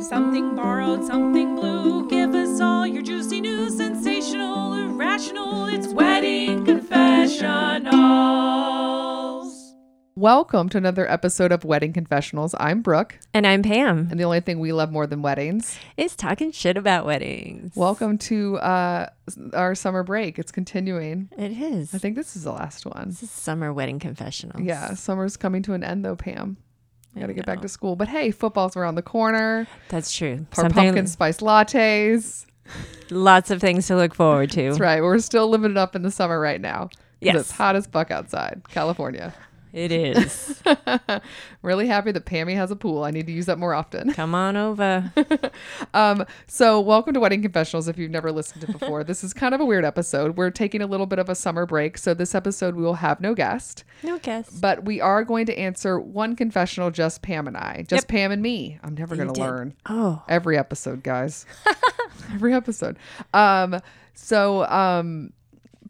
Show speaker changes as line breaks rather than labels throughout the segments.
Something borrowed, something blue. Give us all your juicy news, sensational, irrational. It's wedding confessionals.
Welcome to another episode of Wedding Confessionals. I'm Brooke,
And I'm Pam.
and the only thing we love more than weddings.
It's talking shit about weddings.
Welcome to uh, s- our summer break. It's continuing.
it is.
I think this is the last one.
this is summer wedding confessionals.
Yeah, summer's coming to an end though, Pam.
I
Got to get back
know.
to school. But hey, football's around the corner.
That's true.
Our pumpkin spice lattes.
Lots of things to look forward to.
That's right. We're still living it up in the summer right now. 'Cause
Yes.
It's hot as fuck outside, California.
It is.
really happy that Pammy has a pool. I need to use that more often.
Come on over.
Um, so welcome to Wedding Confessionals if you've never listened to it before. this is kind of a weird episode. We're taking a little bit of a summer break, so this episode we will have no guest,
No guess.
but we are going to answer one confessional just Pam and I. Just Pam and me. I'm never going to
did.
learn
Oh,
every episode, guys. every episode. Um, so um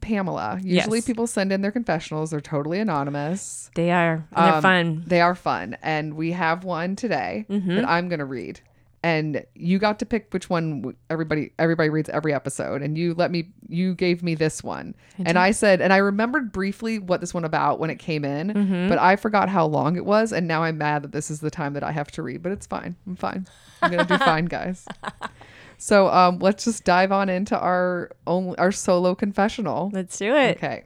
Pamela, usually
Yes.
people send in their confessionals. They're totally anonymous.
they are. And they're
Um,
fun.
They are fun. And we have one today that I'm going to read. And you got to pick which one w- everybody everybody reads every episode. And you let me you gave me this one. and I said and I remembered briefly what this one about when it came in, but I forgot how long it was and now I'm mad that this is the time that I have to read, but it's fine. I'm fine. I'm going to do fine, guys. So um, let's just dive on into our only our solo confessional.
Let's do it.
Okay.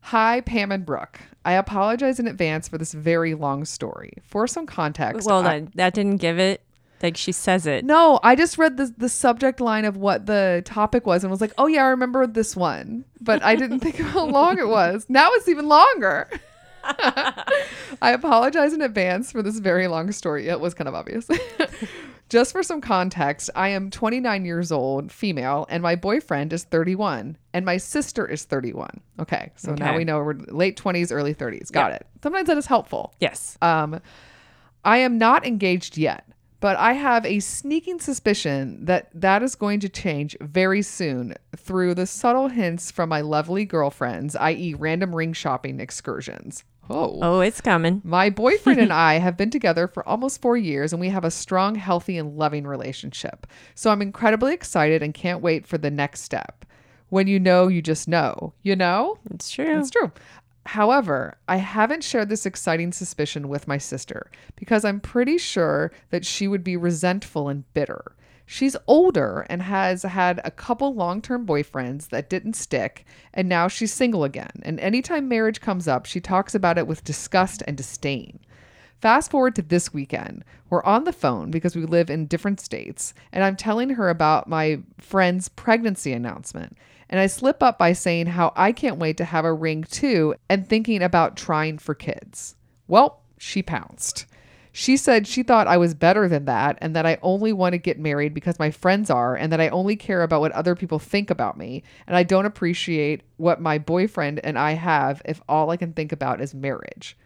Hi, Pam and Brooke. I apologize in advance for this very long story. For some context,
Well
I-
done. That didn't give it. Like she says it.
no, I just read the the subject line of what the topic was and was like, "Oh yeah, I remember this one," but I didn't think of how long it was. Now it's even longer. I apologize in advance for this very long story. It was kind of obvious. Just for some context, I am 29 years old, female, and my boyfriend is 31, and my sister is 31. Okay, so now
Okay.
we know we're late 20s, early 30s. Got it. Sometimes that is helpful.
Yes.
Um, I am not engaged yet, but I have a sneaking suspicion that that is going to change very soon through the subtle hints from my lovely girlfriends, i.e., random ring shopping excursions. Oh.
Oh, it's coming.
My boyfriend and I have been together for almost four years, and we have a strong, healthy, and loving relationship. So I'm incredibly excited and can't wait for the next step. When you know, you just know, you know?
It's true.
That's true. However, I haven't shared this exciting suspicion with my sister because I'm pretty sure that she would be resentful and bitter. She's older and has had a couple long term boyfriends that didn't stick, and now she's single again. And anytime marriage comes up, she talks about it with disgust and disdain. Fast forward to this weekend. We're on the phone because we live in different states, and I'm telling her about my friend's pregnancy announcement. And I slip up by saying how I can't wait to have a ring too and thinking about trying for kids. Well, she pounced. She said she thought I was better than that and that I only want to get married because my friends are and that I only care about what other people think about me and I don't appreciate what my boyfriend and I have if all I can think about is marriage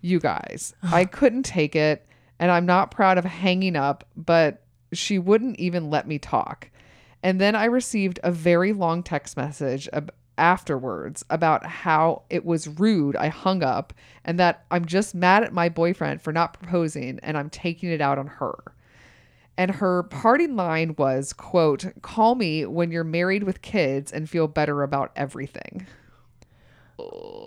you guys. I couldn't take it, and I'm not proud of hanging up, but she wouldn't even let me talk. And then I received a very long text message ab- afterwards about how it was rude. I hung up and that I'm just mad at my boyfriend for not proposing and I'm taking it out on her. And her parting line was, quote, call me when you're married with kids and feel better about everything.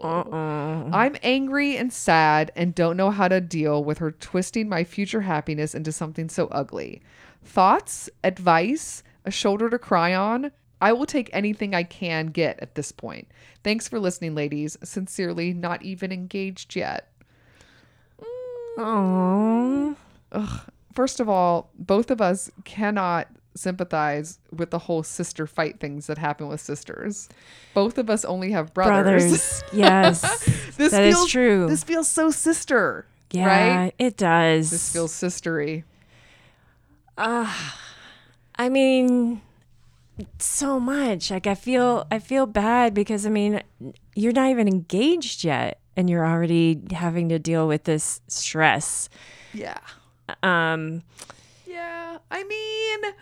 Uh-uh.
I'm angry and sad and don't know how to deal with her twisting my future happiness into something so ugly. Thoughts, advice, a shoulder to cry on. I will take anything I can get at this point. Thanks for listening, ladies. Sincerely, not even engaged yet.
Oh.
First of all, both of us cannot sympathize with the whole sister fight things that happen with sisters. Both of us only have brothers.
Brothers. yes.
this
That is
feels
true.
This feels so sister.
Yeah,
Right?
it does.
This feels sistery.
I mean, so much. Like I feel, I feel bad because I mean, you're not even engaged yet, and you're already having to deal with this stress.
Yeah.
Um.
Yeah. I mean,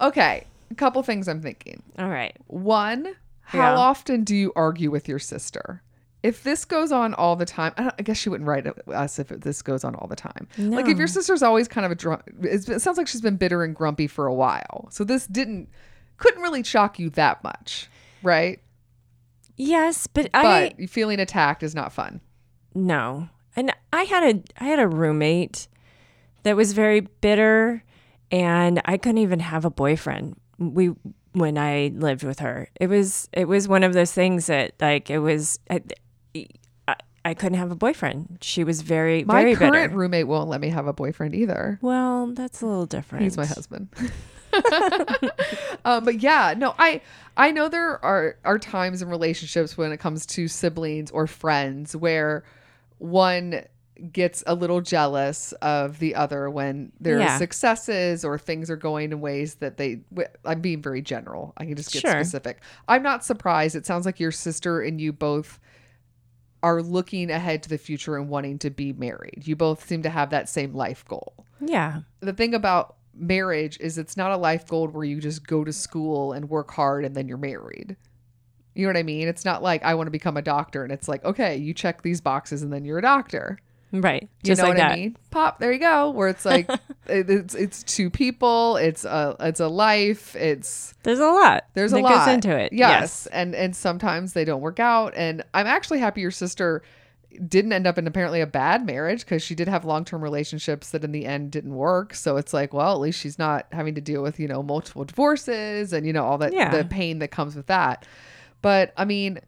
okay. A couple things I'm thinking.
All right.
One, how
Yeah.
often do you argue with your sister? if this goes on all the time, I, don't, I guess she wouldn't write us if this goes on all the time. Like if your sister's always kind of a drunk, it sounds like she's been bitter and grumpy for a while. So this didn't, couldn't really shock you that much, right?
Yes, but, I
But feeling attacked is not fun.
no. And I had a I had a roommate that was very bitter and I couldn't even have a boyfriend. We when I lived with her. It was it was one of those things that like it was I, I, I couldn't have a boyfriend. She was very
My
very
current
bitter.
roommate won't let me have a boyfriend either.
Well, that's a little different.
He's my husband. um, but yeah, no, I I know there are are times in relationships when it comes to siblings or friends where one gets a little jealous of the other when there
Yeah.
are successes or things are going in ways that they w- I'm being very general. I can just get
Sure.
specific. I'm not surprised. It sounds like your sister and you both are looking ahead to the future and wanting to be married. You both seem to have that same life goal
Yeah.
the thing about marriage is it's not a life goal where you just go to school and work hard and then you're married. You know what I mean? It's not like I want to become a doctor and it's like, okay, you check these boxes and then you're a doctor.
Right.
You
Just
know
like
what
that.
I mean? Pop, there you go. Where it's like it- it's it's two people, it's a it's a life, it's
There's a lot.
there's
that
a lot
goes into it.
Yes. and and sometimes they don't work out. And I'm actually happy your sister didn't end up in apparently a bad marriage because she did have long term relationships that in the end didn't work. So it's like, well, at least she's not having to deal with you know multiple divorces and you know all that
Yeah.
the pain that comes with that. But I mean.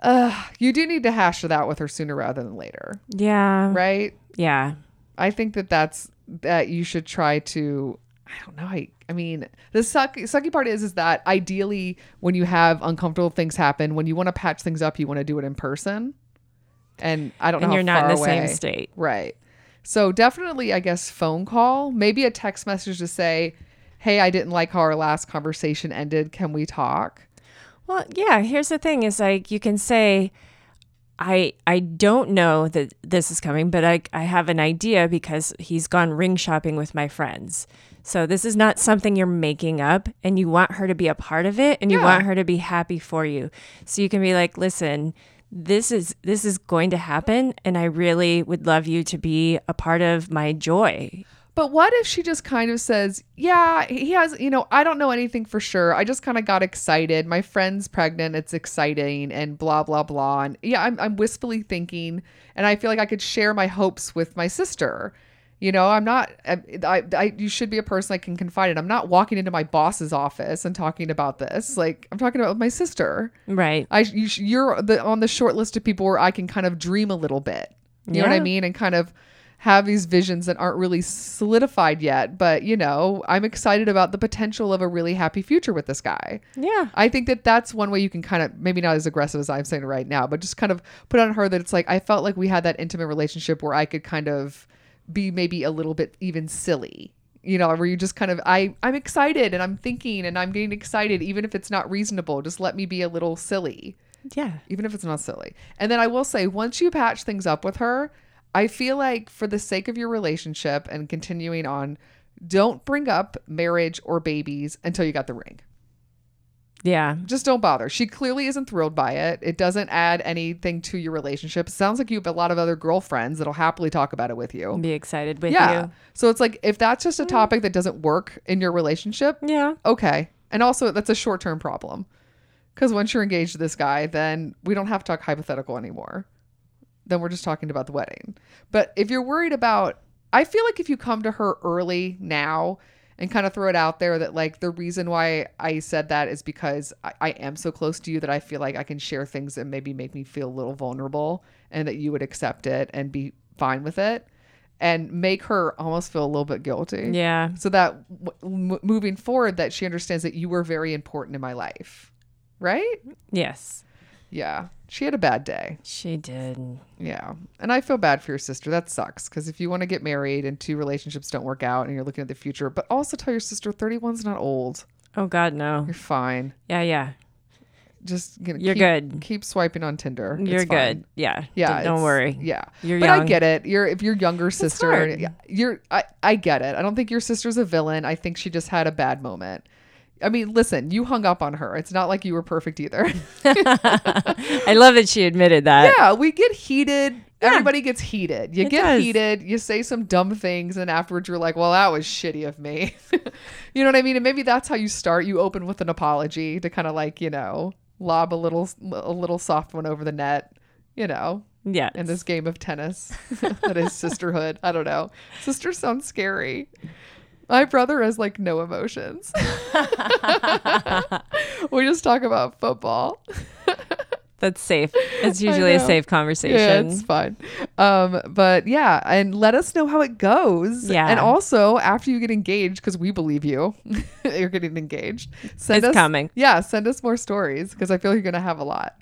Uh, you do need to hash it out with her sooner rather than later,
Yeah.
right?
Yeah.
I think that that's that you should try to. I don't know. I, I mean, the sucky, sucky part is is that ideally, when you have uncomfortable things happen, when you want to patch things up, you want to do it in person. And I don't know.
And you're
how
not in
far
the same
away.
state.
right? So definitely, I guess phone call, maybe a text message to say, "Hey, I didn't like how our last conversation ended. Can we talk?"
Well, yeah, here's the thing is like you can say I I don't know that this is coming, but I I have an idea because he's gone ring shopping with my friends. So this is not something you're making up and you want her to be a part of it and you
Yeah.
want her to be happy for you. So you can be like, "Listen, this is this is going to happen and I really would love you to be a part of my joy."
But what if she just kind of says, Yeah, he has, you know, I don't know anything for sure. I just kind of got excited. My friend's pregnant. It's exciting and blah, blah, blah. And yeah, I'm, I'm wistfully thinking. And I feel like I could share my hopes with my sister. You know, I'm not, I, I, I- you should be a person I can confide in. I'm not walking into my boss's office and talking about this. Like, I'm talking about with my sister.
Right.
I you, sh- you're the on the short list of people where I can kind of dream a little bit. You know what I
Yeah.
mean? And kind of have these visions that aren't really solidified yet, but you know, I'm excited about the potential of a really happy future with this guy.
Yeah.
I think that that's one way you can kind of maybe not as aggressive as I'm saying right now, but just kind of put on her that it's like I felt like we had that intimate relationship where I could kind of be maybe a little bit even silly. You know, where you just kind of I I'm excited and I'm thinking and I'm getting excited even if it's not reasonable. Just let me be a little silly
Yeah.
even if it's not silly. And then I will say, once you patch things up with her, I feel like for the sake of your relationship and continuing on, don't bring up marriage or babies until you got the ring.
Yeah.
Just don't bother. She clearly isn't thrilled by it. It doesn't add anything to your relationship. Sounds like you have a lot of other girlfriends that'll happily talk about it with you.
Be excited with
Yeah.
you. Mm.
So it's like if that's just a topic that doesn't work in your relationship,
Yeah.
okay. And also, that's a short term problem. Because once you're engaged to this guy, then we don't have to talk hypothetical anymore. Then we're just talking about the wedding. But if you're worried about, I feel like if you come to her early now and kind of throw it out there that, like, the reason why I said that is because I, I am so close to you that I feel like I can share things that maybe make me feel a little vulnerable and that you would accept it and be fine with it and make her almost feel a little bit guilty
Yeah.
so that w- m- moving forward that she understands that you were very important in my life right
Yes.
yeah she had a bad day
She did.
yeah and i feel bad for your sister that sucks because if you want to get married and two relationships don't work out and you're looking at the future but also tell your sister 31's not old
Oh God, no.
you're fine
Yeah, yeah.
just you know,
You're
keep,
good.
keep swiping on tinder It's
You're
fine.
good. Yeah.
yeah
D- Don't
it's-
worry.
yeah
You're
but i
young.
get it you're if your younger sister
hard.
you're I, I get it i don't think your sister's a villain i think she just had a bad moment I mean, listen, you hung up on her. It's not like you were perfect either.
I love that she admitted that.
yeah, we get heated. Everybody gets heated. You
It
get
does.
heated. You say some dumb things, and afterwards you're like, "Well, that was shitty of me." you know what I mean? And maybe that's how you start. You open with an apology to kind of like you know lob a little a little soft one over the net. You know,
Yeah.
in this game of tennis that is sisterhood. I don't know. Sister sounds scary. My brother has like no emotions. we just talk about football.
That's safe. It's usually a
know.
safe conversation.
Yeah, it's fine. Um, but yeah, and let us know how it goes.
Yeah.
And also after you get engaged, because we believe you, you're getting engaged. Send
It's
us,
coming.
Yeah, send us more stories because I feel you're gonna have a lot.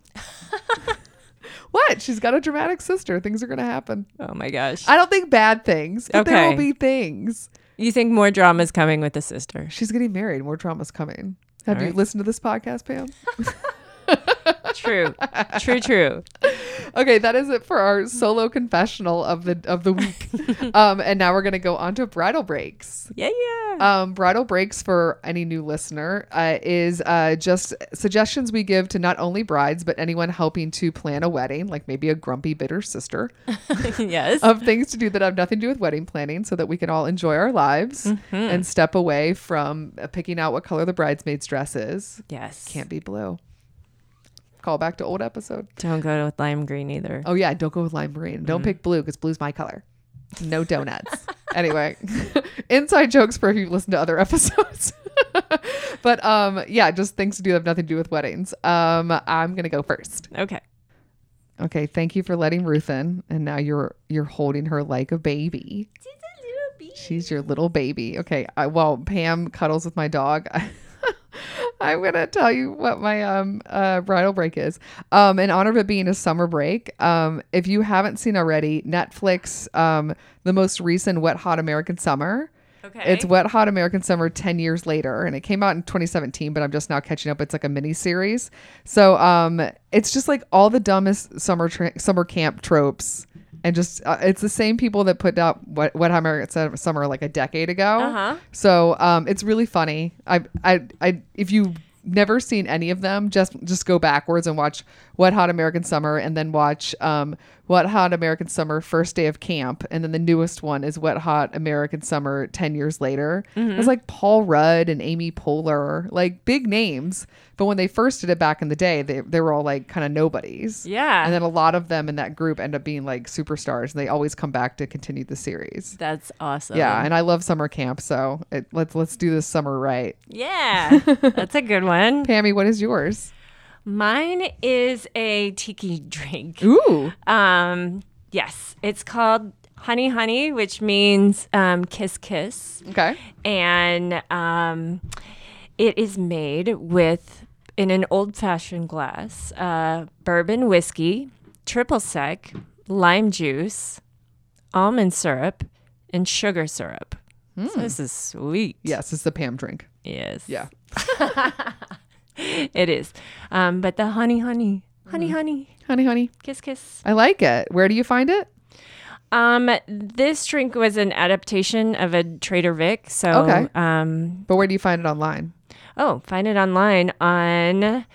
what? She's got a dramatic sister. Things are gonna happen.
oh my gosh.
I don't think bad things, but there will
Okay.
be things.
you think more drama's coming with the sister?
She's getting married. More drama's coming. Have
All
you
right.
listened to this podcast, Pam?
True. true, true.
okay, that is it for our solo confessional of the of the week. um, and now we're gonna go on to bridal breaks.
Yeah, yeah.
Um, bridal breaks for any new listener uh, is uh, just suggestions we give to not only brides but anyone helping to plan a wedding, like maybe a grumpy bitter sister. Uh,
yes.
of things to do that have nothing to do with wedding planning so that we can all enjoy our lives and step away from uh, picking out what color the bridesmaid's dress is.
yes.
Can't be blue. Call back to old episode.
Don't go with lime green either.
Oh, yeah. Don't go with lime green. Don't pick blue because blue's my color. No donuts. anyway, inside jokes for if you've listened to other episodes. but um, yeah, just things to do that have nothing to do with weddings. Um, I'm going to go first.
Okay.
Okay. Thank you for letting Ruth in. And now you're you're holding her like a baby. She's your little baby. Okay. I, while Pam cuddles with my dog, I, am gonna tell you what my um uh, bridal break is. Um, in honor of it being a summer break, um, if you haven't seen already, Netflix, um, the most recent Wet Hot American Summer.
Okay.
It's Wet Hot American Summer 10 years later, and it came out in 2017, but I'm just now catching up. It's like a mini series. So um, it's just like all the dumbest summer tra- summer camp tropes. And just, uh, it's the same people that put out Wet, Wet Hot American Sum- Summer like a decade ago.
Uh-huh.
So um, it's really funny. I, I, I, if you never seen any of them just just go backwards and watch what hot american summer and then watch um what hot american summer first day of camp and then the newest one is what hot american summer 10 years later it's like paul rudd and amy poehler like big names but when they first did it back in the day they, they were all like kind of nobodies
yeah.
and then a lot of them in that group end up being like superstars and they always come back to continue the series
That's awesome.
yeah, and I love summer camp, so it, let's let's do this summer right.
Yeah. That's a good one.
Pammy, what is yours?
Mine is a tiki drink.
Ooh,
Um, yes, it's called Honey Honey, which means um, kiss kiss,
okay.
and um, it is made with in an old fashioned glass uh, bourbon whiskey, triple sec, lime juice, almond syrup, and sugar syrup. So this is sweet.
Yes, it's the Pam drink.
Yes.
Yeah.
It is. Um, but the honey honey. Honey
Mm-hmm.
honey.
Honey, honey,
Kiss kiss.
I like it. Where do you find it?
Um, this drink was an adaptation of a Trader Vic. So,
Okay.
um,
But where do you find it online?
oh, find it online on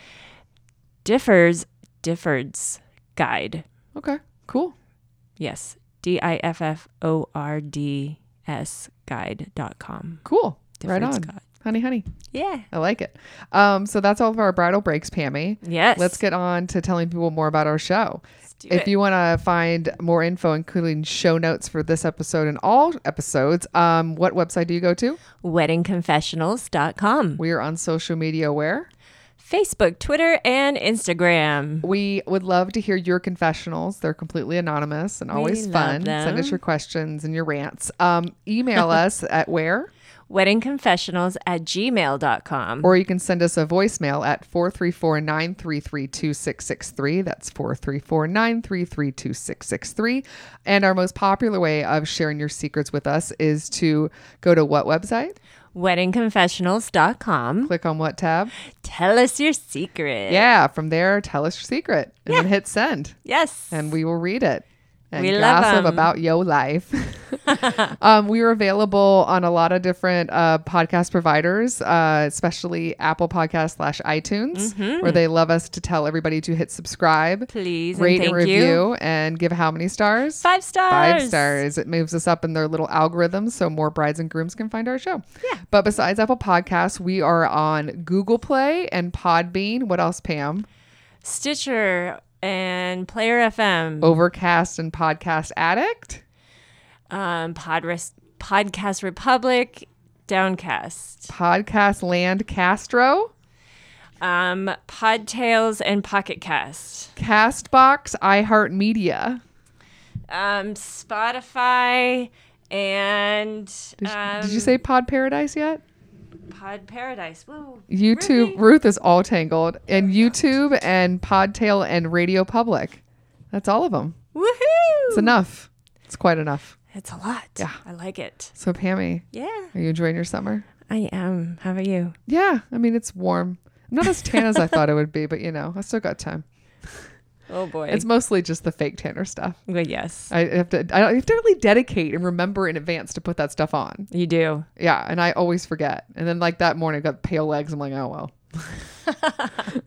Differs Difford's Guide.
Okay, cool.
Yes, D I F F O R D S Guide.com.
Cool. right
Difford's
on.
Guide.
Honey, honey,
Yeah.
I like it. Um, so that's all of our bridal breaks, Pammy.
Yes.
Let's get on to telling people more about our show.
do
If
it.
you want to find more info, including show notes for this episode and all episodes, um, what website do you go to?
WeddingConfessionals.com.
We are on social media where?
Facebook, Twitter, and Instagram.
We would love to hear your confessionals. They're completely anonymous and always
love
fun. Send us
them.
your questions and your rants. Um, email us at where,
WeddingConfessionals at gmail.com.
or you can send us a voicemail at 434 933 2663. That's 434 933 2663. And our most popular way of sharing your secrets with us is to go to what website?
WeddingConfessionals.com.
Click on what tab?
Tell us your secret.
Yeah, from there, tell us your secret and then hit send,
Yes.
and we will read it. and
We love
gossip
'em.
about your life. um, we are available on a lot of different uh, podcast providers, uh, especially Apple Podcast slash iTunes,
Mm-hmm.
where they love us to tell everybody to hit subscribe,
Please and
rate and,
thank
review,
you.
and give how many stars?
Five stars.
Five stars. It moves us up in their little algorithms so more brides and grooms can find our show. Yeah. But besides Apple Podcasts, we are on Google Play and Podbean. What else, Pam?
Stitcher and Player FM.
Overcast and Podcast Addict. Oh.
Um, Podres- Podcast Republic. Downcast.
Podcast Land Castro.
Um, Podtails and Pocket Cast.
Castbox, iHeartMedia.
Um, Spotify and
Did,
um,
did you say Pod Paradise yet?
Pod Paradise. Whoa.
YouTube.
Ruthie?
Ruth is all tangled. And YouTube and Podtail and Radio Public. That's all of them.
Woohoo!
It's enough. It's quite enough.
It's a lot. Yeah. I like it.
So, Pammy,
Yeah.
are you enjoying your summer?
I am. How about you?
Yeah. I mean, it's warm. I'm not as tan as I thought it would be, but you know, I still got time.
Oh boy.
It's mostly just the fake tanner stuff.
well, yes.
I have to, I have to really dedicate and remember in advance to put that stuff on.
You do.
Yeah, and I always forget. And then like that morning, I got pale legs. I'm like, oh well.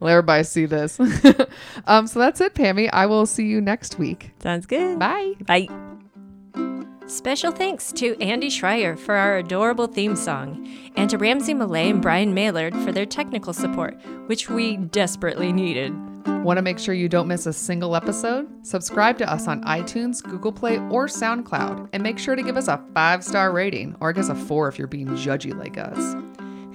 Let everybody see this. um, so that's it, Pammy. I will see you next week.
Sounds good.
Bye.
Bye. Special thanks to Andy Schreier for our adorable theme song, and to Ramsey Millay and Brian Maylard for their technical support, which we desperately needed.
Want to make sure you don't miss a single episode? Subscribe to us on iTunes, Google Play, or SoundCloud, and make sure to give us a five star rating, or I guess a four if you're being judgy like us.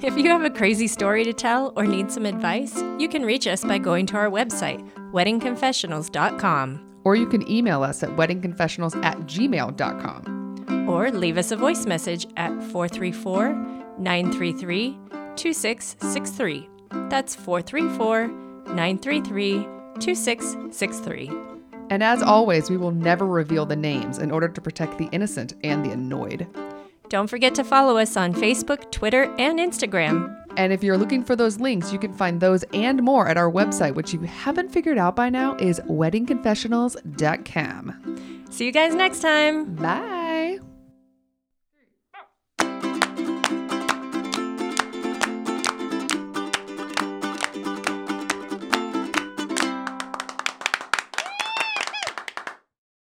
If you have a crazy story to tell or need some advice, you can reach us by going to our website, weddingconfessionals.com,
Or you can email us at weddingconfessionals at gmail.com.
or leave us a voice message at 434 933 2663. That's 434 933 2663.
And as always, we will never reveal the names in order to protect the innocent and the annoyed.
Don't forget to follow us on Facebook, Twitter, and Instagram.
And if you're looking for those links, you can find those and more at our website, which you haven't figured out by now is weddingconfessionals.com.
See you guys next time.
Bye.